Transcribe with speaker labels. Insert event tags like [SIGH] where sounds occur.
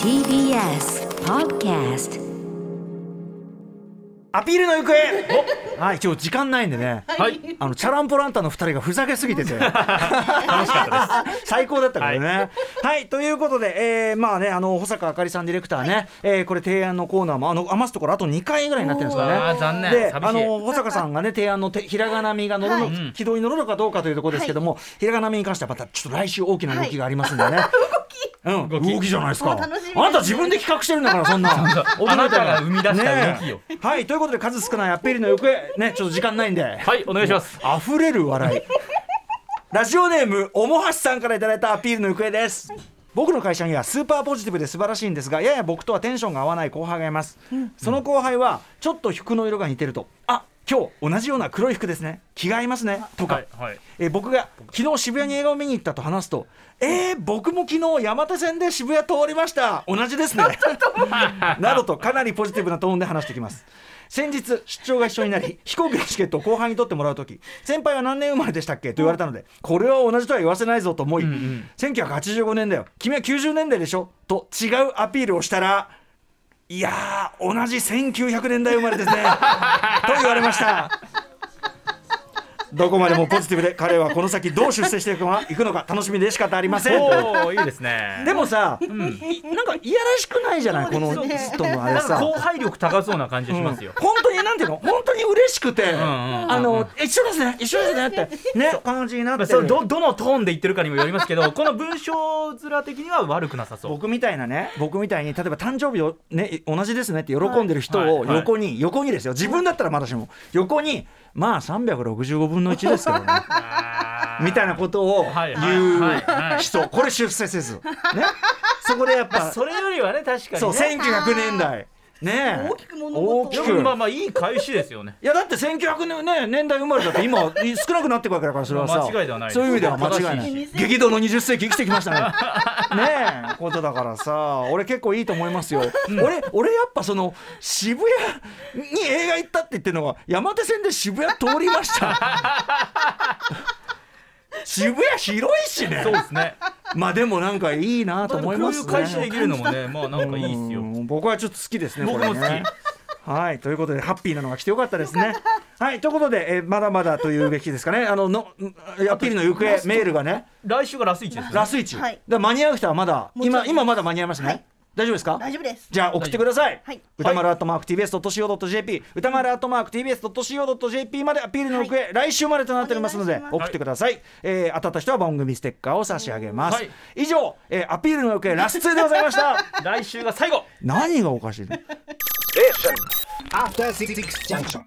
Speaker 1: TBS Podcast
Speaker 2: アピールの行方はい、一応時間ないんでね、はい、あのチャランポランタンの二人がふざけすぎ [LAUGHS] てて、最高だったからね。はい、ということで、えーまあね、あの保坂あかりさんディレクターね、えーこれ提案のコーナーもあの余すところあと2回ぐらいになってるんですか
Speaker 3: うわ
Speaker 2: ね。
Speaker 3: ー残念
Speaker 2: で、
Speaker 3: 寂しい
Speaker 2: あの保坂さんがね提案のてひらがなみが乗るの、軌道に乗るのかどうかというところですけども、ひらがなみに関してはまたちょっと来週大きな動きがありますんでね。うん、動きじゃないですか。
Speaker 4: もう楽しみです
Speaker 2: あなた自分で企画してるんだから、そんな。 [LAUGHS]
Speaker 3: [LAUGHS] あなたが生み出した動きよ
Speaker 2: ねえはいということで数少ないアピールの行方ねちょっと時間ないんで、
Speaker 3: はいお願いします
Speaker 2: 溢れる笑いラジオネームおもはしさんからいただいたアピールの行方です僕の会社にはスーパーポジティブで素晴らしいんですがやや僕とはテンションが合わない後輩がいます、その後輩はちょっと服の色が似てるとあ今日同じような黒い服ですね着替えますねとか、
Speaker 3: はいはい
Speaker 2: えー僕が昨日渋谷に映画を見に行ったと話すと「えー、僕も昨日山手線で渋谷通りました同じですね」などとかなりポジティブなトーンで話してきます先日出張が一緒になり飛行機のチケットを後輩に取ってもらう時先輩は何年生まれでしたっけと言われたのでこれは同じとは言わせないぞと思い、1985年だよ君は90年代でしょと違うアピールをしたらいやー同じ1900年代生まれですね [LAUGHS] と言われましたどこまでもポジティブで彼はこの先どう出世していくのかいくのか楽しみで仕方ありません
Speaker 3: おおいい [LAUGHS] ですね
Speaker 2: でもさ、いなんかいやらしくないじゃないこの人のあれ
Speaker 3: なんか
Speaker 2: さ
Speaker 3: 後輩力高そうな感じしますよ、
Speaker 2: 本当になんていうの本当に嬉しくて、
Speaker 3: んうん
Speaker 2: あの一緒ですね一緒ですねってね感じになっ
Speaker 3: まあ
Speaker 2: て
Speaker 3: その
Speaker 2: る
Speaker 3: どどのトーンで言ってるかにもよりますけど [LAUGHS] この文章面的には悪くなさそう
Speaker 2: 僕みたいなね僕みたいに例えば誕生日をね同じですねって喜んでる人を
Speaker 3: はいはい
Speaker 2: 横に、横にですよ自分だったらまだしも横にまあ365分の1ですけ
Speaker 3: [LAUGHS]
Speaker 2: どねみたいなことを
Speaker 3: はいはい
Speaker 2: 言
Speaker 3: はいは
Speaker 2: う人これ出世せずねそこでやっぱ
Speaker 3: それよりはね確か
Speaker 2: そう
Speaker 3: にね
Speaker 2: 1900年代ねえ
Speaker 4: 大きく物事を
Speaker 2: 大
Speaker 3: で
Speaker 2: き
Speaker 3: も
Speaker 2: く
Speaker 3: まあまあいい返しですよね
Speaker 2: いやだって1900年,、ね、年代生まれだって
Speaker 3: [LAUGHS]
Speaker 2: 今い少なくなっていくわけだからそれはさ
Speaker 3: 間違いではないです
Speaker 2: そういう意味では間違いな
Speaker 3: 正
Speaker 4: しい
Speaker 2: い
Speaker 4: し
Speaker 2: 激動の20世紀生きてきま
Speaker 3: [LAUGHS]
Speaker 2: したねねえことだからさ俺結構いいと思いますよ、俺俺やっぱその渋谷に映画行ったって言ってるのは山手線で渋谷通りました
Speaker 3: [LAUGHS]
Speaker 2: 渋谷広いしね
Speaker 3: [LAUGHS] そうですね
Speaker 2: まあでもなんかいいなと思いますね
Speaker 3: こういう返しできるのもねまあなんかいいっすよ
Speaker 2: うん僕はちょっと好きですね
Speaker 3: 僕も
Speaker 2: これね
Speaker 3: 好
Speaker 2: はいということでハッピーなのが来てよかった
Speaker 3: [LAUGHS]
Speaker 2: ですねはいということで、えーまだまだというべきですかねあののんアピールの行方メールがね
Speaker 3: 来週がラスイチですね
Speaker 2: ラスイチ、
Speaker 4: はい
Speaker 2: で間に合う人はまだ
Speaker 4: もちろ
Speaker 2: 今
Speaker 4: ん
Speaker 2: 今まだ間に合いますね、
Speaker 4: はい
Speaker 2: 大丈夫ですか
Speaker 4: 大丈夫です
Speaker 2: じゃあ送ってください、
Speaker 4: はい
Speaker 2: 歌丸アットマーク TBS.CO.JP 歌丸アットマーク TBS.CO.JP までアピールの行方、来週までとなっておりますの
Speaker 4: お
Speaker 2: で
Speaker 4: 願いします
Speaker 2: 送ってください、えー当たった人は番組ステッカーを差し上げます、
Speaker 3: はい
Speaker 2: 以上、えーアピールの行方ラス2でございました
Speaker 4: [LAUGHS]
Speaker 3: 来週が最後
Speaker 2: 何がおかしいの
Speaker 5: After Six Junction.